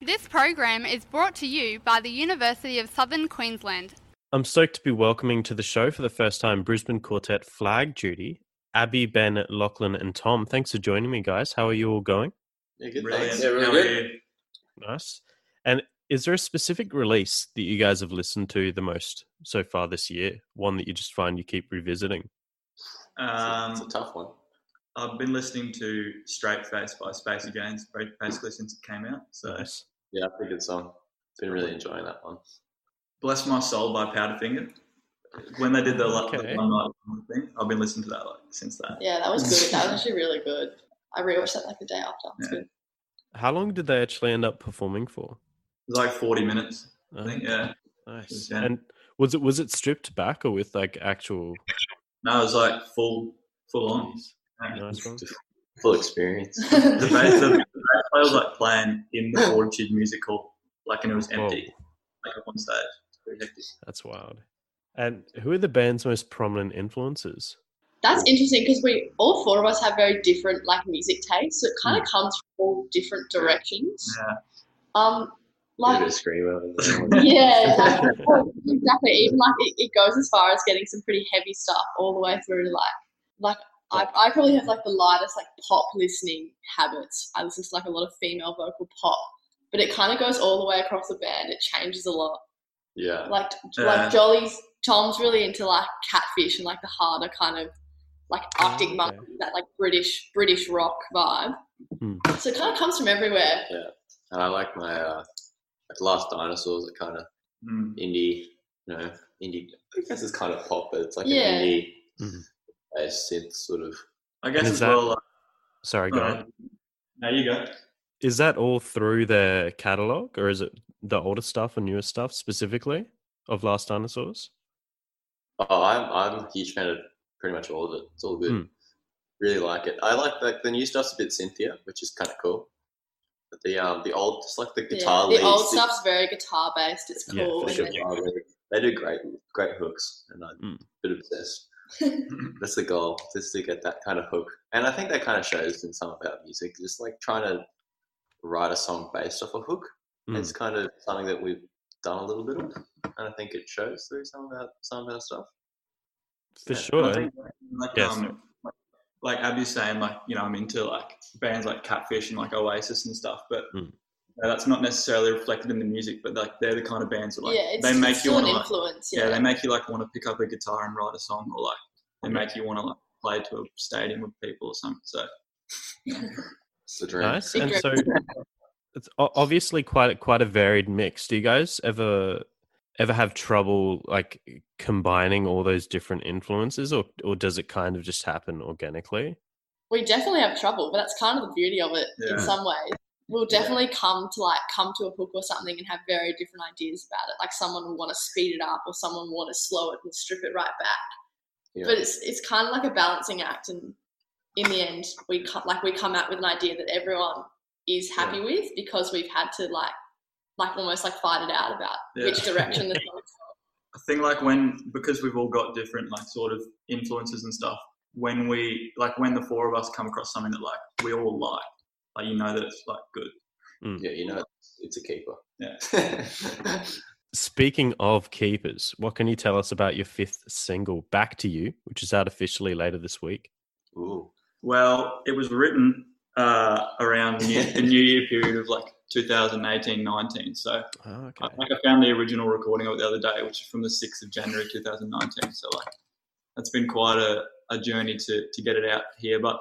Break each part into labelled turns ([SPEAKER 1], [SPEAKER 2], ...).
[SPEAKER 1] This program is brought to you by the University of Southern Queensland.
[SPEAKER 2] I'm stoked to be welcoming to the show for the first time Brisbane Quartet Flag Duty, Abby, Ben, Lachlan, and Tom. Thanks for joining me, guys. How are you all going?
[SPEAKER 3] Yeah, good.
[SPEAKER 4] Brilliant.
[SPEAKER 3] Thanks. Yeah, really
[SPEAKER 4] How are
[SPEAKER 3] good.
[SPEAKER 4] you?
[SPEAKER 2] Nice. And is there a specific release that you guys have listened to the most so far this year? One that you just find you keep revisiting?
[SPEAKER 3] it's, a,
[SPEAKER 4] Um,
[SPEAKER 3] it's a tough one.
[SPEAKER 4] I've been listening to Straight Face by Space Against basically since it came out. So
[SPEAKER 2] Nice.
[SPEAKER 3] Yeah, it's a good song. Been really enjoying that one.
[SPEAKER 4] Bless My Soul by Powderfinger. When they did the, la- the
[SPEAKER 2] Okay.
[SPEAKER 4] one night thing, I've been listening to that like since that.
[SPEAKER 5] Yeah, that was good. That was actually really good. I rewatched that like the day after. It's
[SPEAKER 4] Yeah.
[SPEAKER 5] good.
[SPEAKER 2] How long did they actually end up performing for?
[SPEAKER 4] It was like 40 minutes, I
[SPEAKER 2] Oh,
[SPEAKER 4] think. Yeah.
[SPEAKER 2] Nice.
[SPEAKER 4] Yeah.
[SPEAKER 2] And was it was it stripped back or with like actual?
[SPEAKER 4] No, it was like full, full on. Yeah.
[SPEAKER 2] Nice one.
[SPEAKER 3] Full experience.
[SPEAKER 4] The bass, the, the bass player was like playing in the Fortitude Music Hall, like, and it was
[SPEAKER 2] Whoa,
[SPEAKER 4] empty, like up on stage. Pretty hectic.
[SPEAKER 2] that's wild. And who are the band's most prominent influences?
[SPEAKER 5] That's interesting because we all four of us have very different like music tastes, so it kind of comes from all different directions.
[SPEAKER 4] Hmm. Yeah.
[SPEAKER 5] Um,
[SPEAKER 3] Bit
[SPEAKER 5] like
[SPEAKER 3] of a screamer.
[SPEAKER 5] yeah, exactly. Well, exactly. Even like it, it goes as far as getting some pretty heavy stuff all the way through to like like I, I probably have like the lightest like pop listening habits. I listen to like a lot of female vocal pop, but it kind of goes all the way across the band. It changes a lot.
[SPEAKER 3] Yeah.
[SPEAKER 5] like
[SPEAKER 4] Yeah.
[SPEAKER 5] like Jolly's Tom's really into like catfish and like the harder kind of like Arctic
[SPEAKER 2] Oh, okay.
[SPEAKER 5] Monkey, that like British British rock vibe.
[SPEAKER 2] Hmm.
[SPEAKER 5] So it kind of comes from everywhere.
[SPEAKER 3] And I like my uh, like Last Dinosaurs, are kind of
[SPEAKER 4] Mm.
[SPEAKER 3] indie, you know, indie. I guess it's kind of pop, but it's like
[SPEAKER 5] Yeah.
[SPEAKER 3] an indie
[SPEAKER 2] Mhm.
[SPEAKER 3] uh, synth sort of.
[SPEAKER 4] I guess
[SPEAKER 2] is
[SPEAKER 4] as
[SPEAKER 2] that-
[SPEAKER 4] well. Like,
[SPEAKER 2] Sorry, go on.
[SPEAKER 4] There you go.
[SPEAKER 2] Is that all through their catalog, or is it the older stuff and newer stuff specifically of Last Dinosaurs?
[SPEAKER 3] Oh, I'm I'm a huge fan of pretty much all of it. It's all good.
[SPEAKER 2] Hmm.
[SPEAKER 3] Really like it. I like like the new stuff's a bit synthier, which is kind of cool. But the um the old, just like the guitar
[SPEAKER 5] yeah.
[SPEAKER 3] leads,
[SPEAKER 5] The old
[SPEAKER 3] the-
[SPEAKER 5] stuff's very guitar based. It's
[SPEAKER 2] Yeah,
[SPEAKER 5] cool.
[SPEAKER 3] They do,
[SPEAKER 5] and then-
[SPEAKER 3] oh, they, they do great, great hooks, and I'm
[SPEAKER 2] Mm.
[SPEAKER 3] a bit obsessed. That's the goal, just to get that kind of hook. And I think that kind of shows in some of our music, just like trying to write a song based off a hook.
[SPEAKER 2] Mm.
[SPEAKER 3] It's kind of something that we've done a little bit of, and I think it shows through some of our some of our stuff.
[SPEAKER 2] For
[SPEAKER 3] Yeah,
[SPEAKER 2] sure.
[SPEAKER 4] I think, like,
[SPEAKER 2] Yes.
[SPEAKER 4] um, like, like Abby's saying, like, you know, I'm into like bands like Catfish and like Oasis and stuff, but
[SPEAKER 2] Mm.
[SPEAKER 4] uh, that's not necessarily reflected in the music, but like they're the kind of bands that like
[SPEAKER 5] yeah, it's,
[SPEAKER 4] they make
[SPEAKER 5] it's
[SPEAKER 4] you
[SPEAKER 5] still
[SPEAKER 4] want
[SPEAKER 5] an
[SPEAKER 4] to like,
[SPEAKER 5] influence.
[SPEAKER 4] yeah.
[SPEAKER 5] Yeah,
[SPEAKER 4] they make you like want to pick up a guitar and write a song or like they make you want to like play to a stadium with people or something. So
[SPEAKER 3] It's the dream.
[SPEAKER 2] Nice.
[SPEAKER 5] Big
[SPEAKER 2] And
[SPEAKER 5] group.
[SPEAKER 2] so it's o- obviously quite a- quite a varied mix. Do you guys ever ever have trouble like combining all those different influences or or does it kind of just happen organically?
[SPEAKER 5] we definitely have trouble, but that's kind of the beauty of it in
[SPEAKER 4] Yeah.
[SPEAKER 5] some ways. We'll definitely come to like come to a hook or something and have very different ideas about it. Like someone will want to speed it up, or someone will want to slow it and strip it right back.
[SPEAKER 3] Yeah.
[SPEAKER 5] but it's it's kind of like a balancing act and in the end we co- like we come out with an idea that everyone is happy with because we've had to like like almost like fight it out about
[SPEAKER 4] Yeah.
[SPEAKER 5] which direction the song's
[SPEAKER 4] I think like when because we've all got different like sort of influences and stuff. When we like when the four of us come across something that like we all like, like you know that it's like good.
[SPEAKER 3] Yeah, you know, it's- it's a keeper.
[SPEAKER 4] Yeah.
[SPEAKER 2] Speaking of keepers, what can you tell us about your fifth single Back to You, which is out officially later this week?
[SPEAKER 3] Ooh.
[SPEAKER 4] Well, it was written uh, around the new, the new year period of like 2018 19. So
[SPEAKER 2] Oh,
[SPEAKER 4] I, like, I found the original recording of it the other day, which is from the 6th of January 2019. So like that's been quite a, a journey to, to get it out here. But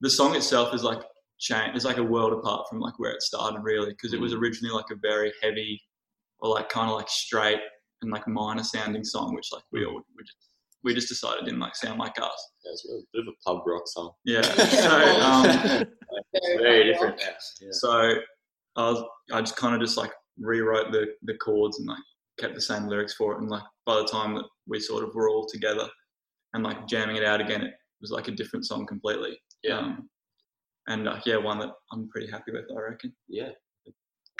[SPEAKER 4] the song itself is like change. It's like a world apart from like where it started really because it was originally like a very heavy or like kind of like straight and like minor sounding song, which like we all, we just, we just decided didn't like sound like us.
[SPEAKER 3] Yeah, it's a bit of a pub rock song.
[SPEAKER 4] Yeah. So, um,
[SPEAKER 5] very,
[SPEAKER 3] Very
[SPEAKER 5] well.
[SPEAKER 3] different now. Yeah.
[SPEAKER 4] So I was, I just kind of just like rewrote the, the chords and like kept the same lyrics for it. And like by the time that we sort of were all together and like jamming it out again, it was like a different song completely.
[SPEAKER 3] Yeah.
[SPEAKER 4] Um, and uh, yeah, one that I'm pretty happy with, I reckon.
[SPEAKER 3] Yeah.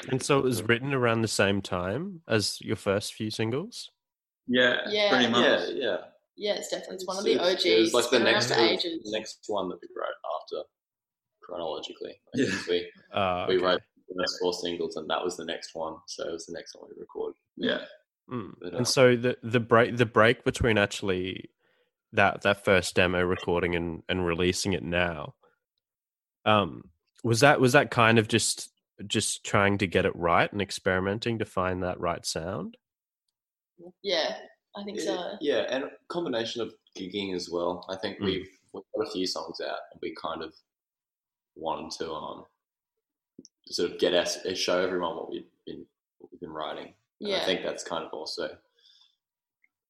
[SPEAKER 2] And so it was written around the same time as your first few singles?
[SPEAKER 4] Yeah,
[SPEAKER 5] Yeah.
[SPEAKER 4] pretty much.
[SPEAKER 3] Yeah, yeah.
[SPEAKER 5] yeah it's definitely it's one of
[SPEAKER 3] It
[SPEAKER 5] the
[SPEAKER 3] was-
[SPEAKER 5] og's
[SPEAKER 3] It was like the
[SPEAKER 5] been around
[SPEAKER 3] next,
[SPEAKER 5] for
[SPEAKER 3] it was
[SPEAKER 5] ages
[SPEAKER 3] the next one that we wrote after chronologically.
[SPEAKER 4] Yeah.
[SPEAKER 3] yeah. We,
[SPEAKER 2] Uh,
[SPEAKER 3] we wrote first four singles, and that was the next one. So it was the next one we recorded.
[SPEAKER 4] Yeah.
[SPEAKER 2] Mm.
[SPEAKER 3] But, uh,
[SPEAKER 2] And so the the break the break between actually that that first demo recording and and releasing it now, um, was that was that kind of just just trying to get it right and experimenting to find that right sound?
[SPEAKER 5] Yeah, I think so.
[SPEAKER 3] it- yeah, and a combination of gigging as well. I think
[SPEAKER 2] Mm.
[SPEAKER 3] we've we've got a few songs out, and we kind of wanted to um sort of get us uh, show everyone what we've been what we've been writing. And I
[SPEAKER 5] Yeah.
[SPEAKER 3] think that's kind of also.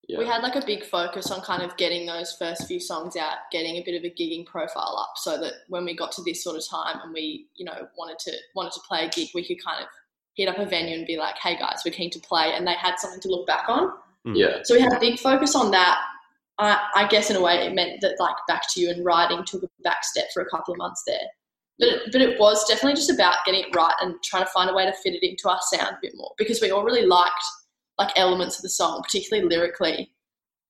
[SPEAKER 3] Yeah.
[SPEAKER 5] We had like a big focus on kind of getting those first few songs out, getting a bit of a gigging profile up, so that when we got to this sort of time and we, you know, wanted to wanted to play a gig, we could kind of hit up a venue and be like, "Hey guys, we're keen to play," and they had something to look back on.
[SPEAKER 3] yeah.
[SPEAKER 5] So we had a big focus on that. I, I guess in a way it meant that like back to you and writing took a back step for a couple of months there. But it, but it was definitely just about getting it right and trying to find a way to fit it into our sound a bit more because we all really liked like elements of the song, particularly lyrically,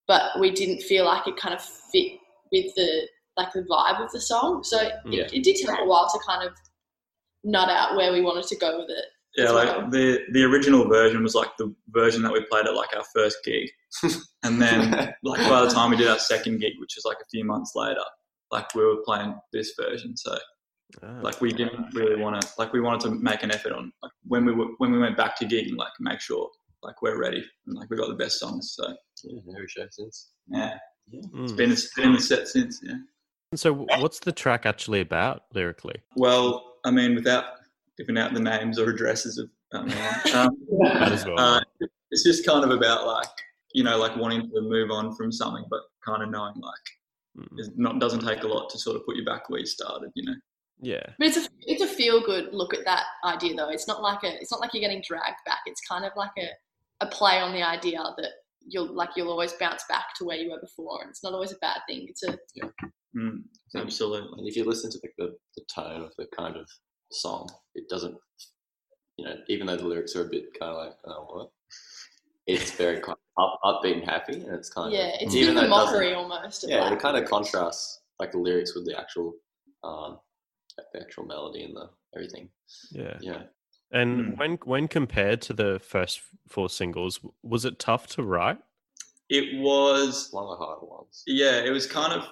[SPEAKER 5] but we didn't feel like it kind of fit with the like the vibe of the song. So it,
[SPEAKER 3] Yeah.
[SPEAKER 5] it did take a while to kind of nut out where we wanted to go with it.
[SPEAKER 4] Yeah,
[SPEAKER 5] as
[SPEAKER 4] like
[SPEAKER 5] well.
[SPEAKER 4] the the original version was like the version that we played at like our first gig, and then like by the time we did our second gig, which was like a few months later, like we were playing this version. So
[SPEAKER 2] Ah.
[SPEAKER 4] like we didn't really want to like we wanted to make an effort on like when we were when we went back to gig and like make sure like we're ready and like we got the best songs. So
[SPEAKER 3] yeah, no show since.
[SPEAKER 4] yeah,
[SPEAKER 2] Mm.
[SPEAKER 4] it's been it's been in the set since. Yeah.
[SPEAKER 2] And So w- what's the track actually about lyrically?
[SPEAKER 4] Well, I mean, without giving out the names or addresses of. Um, um,
[SPEAKER 2] Might as well.
[SPEAKER 4] Uh, it's just kind of about like you know like wanting to move on from something but kind of knowing like
[SPEAKER 2] Mm.
[SPEAKER 4] it's not doesn't take a lot to sort of put you back where you started you know
[SPEAKER 2] Yeah.
[SPEAKER 5] But it's a it's a feel good look at that idea though. It's not like a it's not like you're getting dragged back. It's kind of like a, a play on the idea that you'll like you'll always bounce back to where you were before, and it's not always a bad thing. It's a
[SPEAKER 4] mm, absolutely
[SPEAKER 3] And if you listen to the, the, the tone of the kind of song, it doesn't, you know, even though the lyrics are a bit kind of like, oh, what? It's very kind of up, upbeat and happy, and it's kind
[SPEAKER 5] yeah,
[SPEAKER 3] of
[SPEAKER 5] it's
[SPEAKER 3] even
[SPEAKER 5] a bit of a
[SPEAKER 3] though it doesn't-
[SPEAKER 5] mockery almost. of
[SPEAKER 3] yeah,
[SPEAKER 5] like-
[SPEAKER 3] it kind of contrasts like the lyrics with the actual, um, like, the actual melody and the everything.
[SPEAKER 2] Yeah.
[SPEAKER 3] Yeah,
[SPEAKER 2] And
[SPEAKER 4] Mm.
[SPEAKER 2] when when compared to the first four singles, w- was it tough to write?
[SPEAKER 4] it was
[SPEAKER 3] it's one of the harder ones.
[SPEAKER 4] Yeah, it was kind of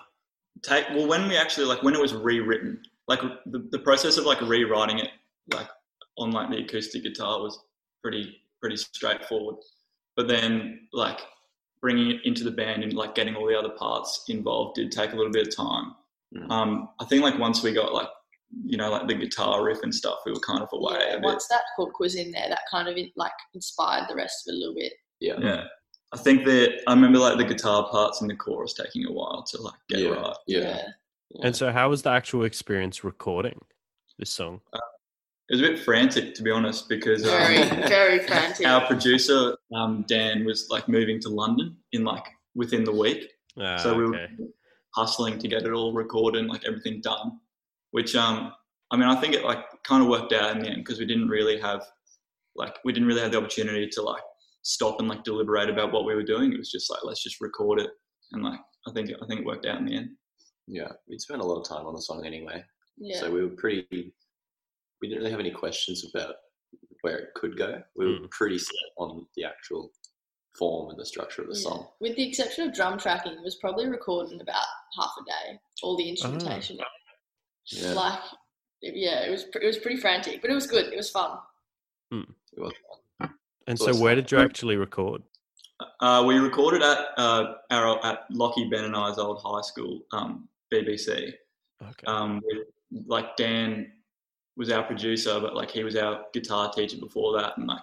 [SPEAKER 4] take. Well, when we actually like when it was rewritten, like the, the process of like rewriting it, like on like the acoustic guitar was pretty pretty straightforward. But then like bringing it into the band and like getting all the other parts involved did take a little bit of time.
[SPEAKER 3] Mm.
[SPEAKER 4] Um, I think like once we got like you know like the guitar riff and stuff, we were kind of away
[SPEAKER 5] yeah,
[SPEAKER 4] a bit.
[SPEAKER 5] once that hook was in there, that kind of like inspired the rest of it a little bit.
[SPEAKER 3] Yeah,
[SPEAKER 4] Yeah. I think that I remember like the guitar parts and the chorus taking a while to like get
[SPEAKER 3] yeah,
[SPEAKER 4] right.
[SPEAKER 3] yeah. yeah.
[SPEAKER 2] And so, how was the actual experience recording this song?
[SPEAKER 4] It was a bit frantic to be honest because um,
[SPEAKER 5] very very frantic.
[SPEAKER 4] our producer um, Dan was like moving to London in like within the week,
[SPEAKER 2] Ah,
[SPEAKER 4] so we were
[SPEAKER 2] okay.
[SPEAKER 4] hustling to get it all recorded and like everything done. Which um, I mean, I think it like kind of worked out in the end because we didn't really have like we didn't really have the opportunity to like stop and like deliberate about what we were doing. It was just like let's just record it and like I think I think it worked out in the end.
[SPEAKER 3] yeah. We spent a lot of time on the song anyway,
[SPEAKER 5] yeah.
[SPEAKER 3] so we were pretty. We didn't really have any questions about where it could go. We were
[SPEAKER 4] Hmm.
[SPEAKER 2] Mm.
[SPEAKER 3] pretty set on the actual form and the structure of the
[SPEAKER 5] Yeah.
[SPEAKER 3] song.
[SPEAKER 5] With the exception of drum tracking, it was probably recorded in about half a day. All the instrumentation,
[SPEAKER 3] Ah. Yeah.
[SPEAKER 5] like it- yeah, it was pr- it was pretty frantic, but it was good. It was fun.
[SPEAKER 3] It was
[SPEAKER 2] And
[SPEAKER 3] so
[SPEAKER 2] so,
[SPEAKER 3] it's-
[SPEAKER 2] where did you actually record?
[SPEAKER 4] Uh, we recorded at uh, our at Lockie Ben and I's old high school, um, BBC.
[SPEAKER 2] Okay.
[SPEAKER 4] um, with, like Dan was our producer, but like he was our guitar teacher before that, and like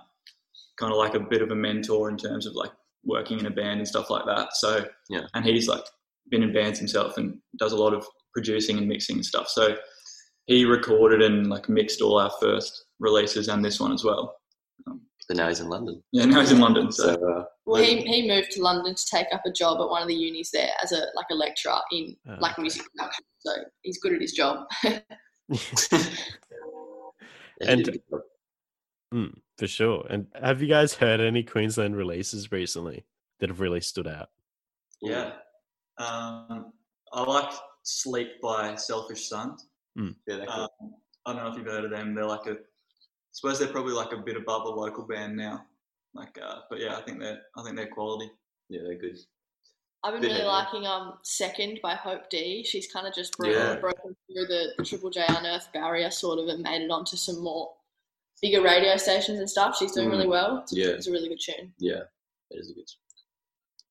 [SPEAKER 4] kind of like a bit of a mentor in terms of like working in a band and stuff like that. So
[SPEAKER 3] Yeah.
[SPEAKER 4] and he's like been in bands himself and does a lot of producing and mixing and stuff. So he recorded and like mixed all our first releases and this one as well.
[SPEAKER 3] But now he's in London.
[SPEAKER 4] Yeah, now he's in London,
[SPEAKER 3] So
[SPEAKER 4] so
[SPEAKER 3] uh,
[SPEAKER 5] Well, he, he moved to London to take up a job at one of the unis there as a like a lecturer in
[SPEAKER 2] Ah,
[SPEAKER 5] like
[SPEAKER 2] okay.
[SPEAKER 5] music production. So he's good at his job.
[SPEAKER 3] he
[SPEAKER 2] And-
[SPEAKER 3] did good.
[SPEAKER 2] Mm, for sure. And have you guys heard any Queensland releases recently that have really stood out?
[SPEAKER 4] yeah. Um, I liked Sleep by Selfish Sons.
[SPEAKER 3] yeah, that
[SPEAKER 4] uh, Um, I don't know if you've heard of them. They're like a suppose they're probably like a bit above a local band now. Like, uh, but yeah, I think they're I think they're quality.
[SPEAKER 3] Yeah, they're good.
[SPEAKER 5] I've been
[SPEAKER 3] Bit
[SPEAKER 5] really
[SPEAKER 3] heavy.
[SPEAKER 5] liking um Second by Hope D. She's kind of just broken,
[SPEAKER 4] Yeah.
[SPEAKER 5] broken through the Triple J Unearthed barrier sort of and made it onto some more bigger radio stations and stuff. She's doing
[SPEAKER 3] Mm.
[SPEAKER 5] really well. It's a,
[SPEAKER 3] Yeah.
[SPEAKER 5] it's a really good tune.
[SPEAKER 3] Yeah, that is a good,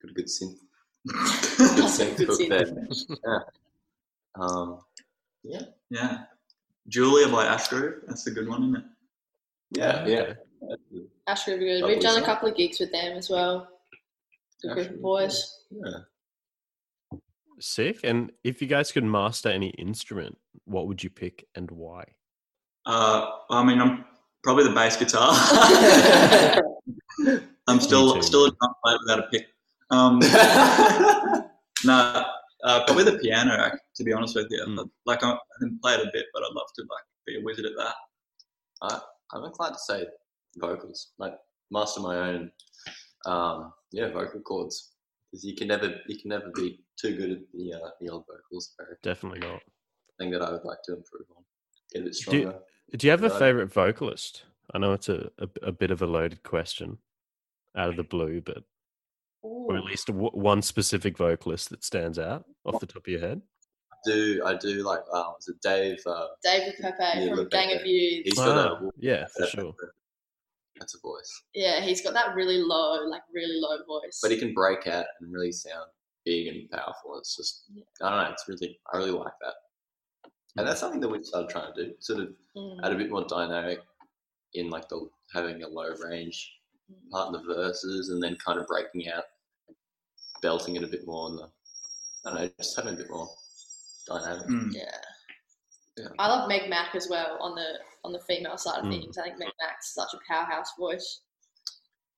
[SPEAKER 3] good, good synth. Good synth
[SPEAKER 5] Good
[SPEAKER 3] hook
[SPEAKER 5] tune.
[SPEAKER 3] there. Yeah. Um,
[SPEAKER 4] Yeah, Julia by Astro. That's a good one, isn't it?
[SPEAKER 3] yeah,
[SPEAKER 2] Ah,
[SPEAKER 3] yeah.
[SPEAKER 5] Ash River Good.
[SPEAKER 3] Lovely
[SPEAKER 5] We've done
[SPEAKER 3] song.
[SPEAKER 5] a couple of gigs with them as well. The
[SPEAKER 3] Ash
[SPEAKER 5] group
[SPEAKER 3] River Good.
[SPEAKER 5] of boys.
[SPEAKER 3] Yeah.
[SPEAKER 2] Sick. And if you guys could master any instrument, what would you pick and why?
[SPEAKER 4] Uh, I mean, I'm probably the bass guitar. I'm
[SPEAKER 2] too.
[SPEAKER 4] still still a drum player without a pick. Um, no, uh, probably the piano. ac- To be honest with you,
[SPEAKER 2] Mm.
[SPEAKER 4] like I, I can play it a bit, but I'd love to like be a wizard at that.
[SPEAKER 3] I'm inclined to say vocals, like master my own, um, yeah, vocal cords, because you can never you can never be too good at the uh, the old vocals. So
[SPEAKER 2] Definitely not.
[SPEAKER 3] thing that I would like to improve on, get a bit
[SPEAKER 2] Do you-
[SPEAKER 3] stronger.
[SPEAKER 2] Do you have a
[SPEAKER 3] Right.
[SPEAKER 2] favorite vocalist? I know it's a, a, a bit of a loaded question out of the blue, but or at
[SPEAKER 5] Ooh.
[SPEAKER 2] least w- one specific vocalist that stands out off the top of your head.
[SPEAKER 3] I do I do like uh, was it Dave? Uh,
[SPEAKER 5] David Pepe
[SPEAKER 3] Yeah,
[SPEAKER 5] from
[SPEAKER 3] look
[SPEAKER 5] Gang
[SPEAKER 3] at
[SPEAKER 5] of
[SPEAKER 3] that.
[SPEAKER 5] Youths.
[SPEAKER 3] he's got
[SPEAKER 2] Wow,
[SPEAKER 3] a
[SPEAKER 2] yeah, Ah, for
[SPEAKER 3] that's a-
[SPEAKER 2] sure.
[SPEAKER 3] That's a voice,
[SPEAKER 5] Yeah, he's got that really low, like really low voice.
[SPEAKER 3] but he can break out and really sound big and powerful. It's just I don't know. It's really I really like that,
[SPEAKER 2] Hmm.
[SPEAKER 3] and that's something that we started trying to do. Sort of
[SPEAKER 5] Mm.
[SPEAKER 4] Mm-hmm.
[SPEAKER 3] add a bit more dynamic in like the having a low range
[SPEAKER 5] mm,
[SPEAKER 3] part in the verses and then kind of breaking out, belting it a bit more on the, I don't know, just having a bit more dynamic.
[SPEAKER 4] Mm.
[SPEAKER 5] Yeah.
[SPEAKER 3] Yeah.
[SPEAKER 5] I love Meg Mac as well on the on the female side of
[SPEAKER 2] Mm.
[SPEAKER 5] things. I think Meg Mac's such a powerhouse voice.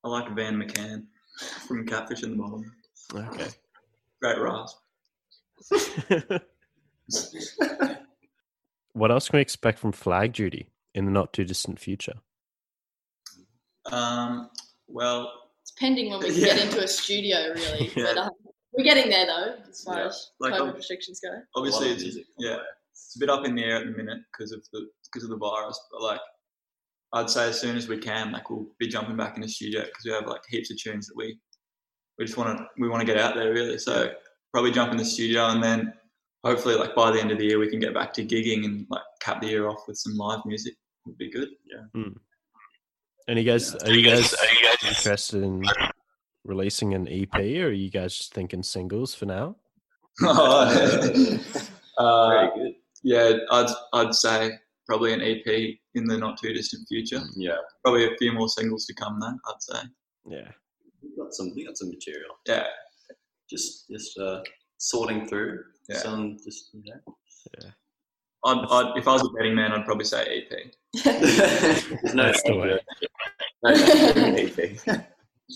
[SPEAKER 4] I like Van McCann from Catfish in the Bottom.
[SPEAKER 2] Okay.
[SPEAKER 4] Great rasp.
[SPEAKER 2] what else can we expect from Flag Duty in the not too distant future?
[SPEAKER 4] Um, well,
[SPEAKER 5] It's pending when we can
[SPEAKER 4] Yeah.
[SPEAKER 5] get into a studio, really.
[SPEAKER 4] Yeah.
[SPEAKER 5] But, uh, we're getting there though, as far
[SPEAKER 3] Yeah.
[SPEAKER 5] as
[SPEAKER 4] Like,
[SPEAKER 5] COVID
[SPEAKER 4] um,
[SPEAKER 5] restrictions go.
[SPEAKER 4] obviously
[SPEAKER 3] A lot of
[SPEAKER 4] it's
[SPEAKER 3] music on
[SPEAKER 4] yeah.
[SPEAKER 3] the way.
[SPEAKER 4] it's a bit up in the air at the minute because of the because of the virus. But like, I'd say as soon as we can, like we'll be jumping back in the studio because we have like heaps of tunes that we we just want to we want to get out there really. So probably jump in the studio and then hopefully like by the end of the year we can get back to gigging and like cap the year off with some live music. Would be good. Yeah.
[SPEAKER 2] And you guys, are you guys interested in releasing an EP, or are you guys just thinking singles for now?
[SPEAKER 4] uh,
[SPEAKER 3] Very good.
[SPEAKER 4] yeah, I'd I'd say probably an EP in the not too distant future.
[SPEAKER 3] Yeah.
[SPEAKER 4] Probably a few more singles to come though. I'd say.
[SPEAKER 2] Yeah.
[SPEAKER 3] We've got some, we got some material.
[SPEAKER 4] Yeah.
[SPEAKER 3] Just, just uh, sorting through
[SPEAKER 4] Yeah.
[SPEAKER 3] some, just, you know.
[SPEAKER 4] I'd, I'd, if I was a betting man, I'd probably say E EP.
[SPEAKER 3] There's no
[SPEAKER 2] That's the way.
[SPEAKER 3] No, no,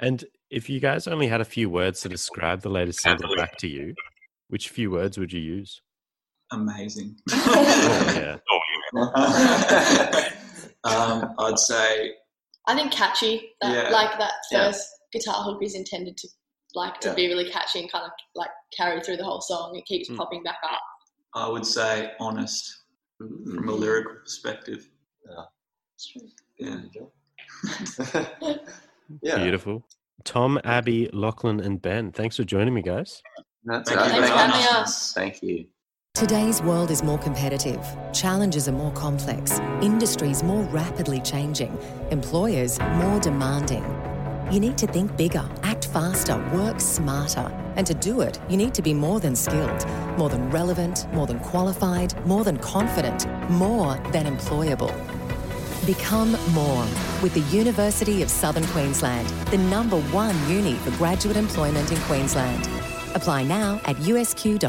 [SPEAKER 2] And if you guys only had a few words to describe the latest single back to you, which few words would you use?
[SPEAKER 4] Amazing.
[SPEAKER 2] Oh, yeah.
[SPEAKER 4] um, I'd say,
[SPEAKER 5] I think catchy. That,
[SPEAKER 4] Yeah.
[SPEAKER 5] Like that
[SPEAKER 3] Yeah.
[SPEAKER 5] first guitar hook is intended to like to
[SPEAKER 3] Yeah.
[SPEAKER 5] be really catchy and kind of like carry through the whole song. It keeps
[SPEAKER 3] Hmm.
[SPEAKER 2] Mm.
[SPEAKER 5] popping back up.
[SPEAKER 4] I would say honest from a
[SPEAKER 3] Mm.
[SPEAKER 4] lyrical perspective. Yeah.
[SPEAKER 3] yeah.
[SPEAKER 2] Beautiful. Tom, Abby, Lachlan, and Ben, thanks for joining me, guys.
[SPEAKER 3] That's
[SPEAKER 4] Thank you
[SPEAKER 3] right.
[SPEAKER 5] Thanks for
[SPEAKER 4] very
[SPEAKER 5] having
[SPEAKER 4] much.
[SPEAKER 5] us.
[SPEAKER 3] Thank you.
[SPEAKER 6] Today's world is more competitive, challenges are more complex, industries more rapidly changing, employers more demanding. You need to think bigger, act faster, work smarter. And to do it, you need to be more than skilled, more than relevant, more than qualified, more than confident, more than employable. Become more with the University of Southern Queensland, the number one uni for graduate employment in Queensland. Apply now at usq.edu.au.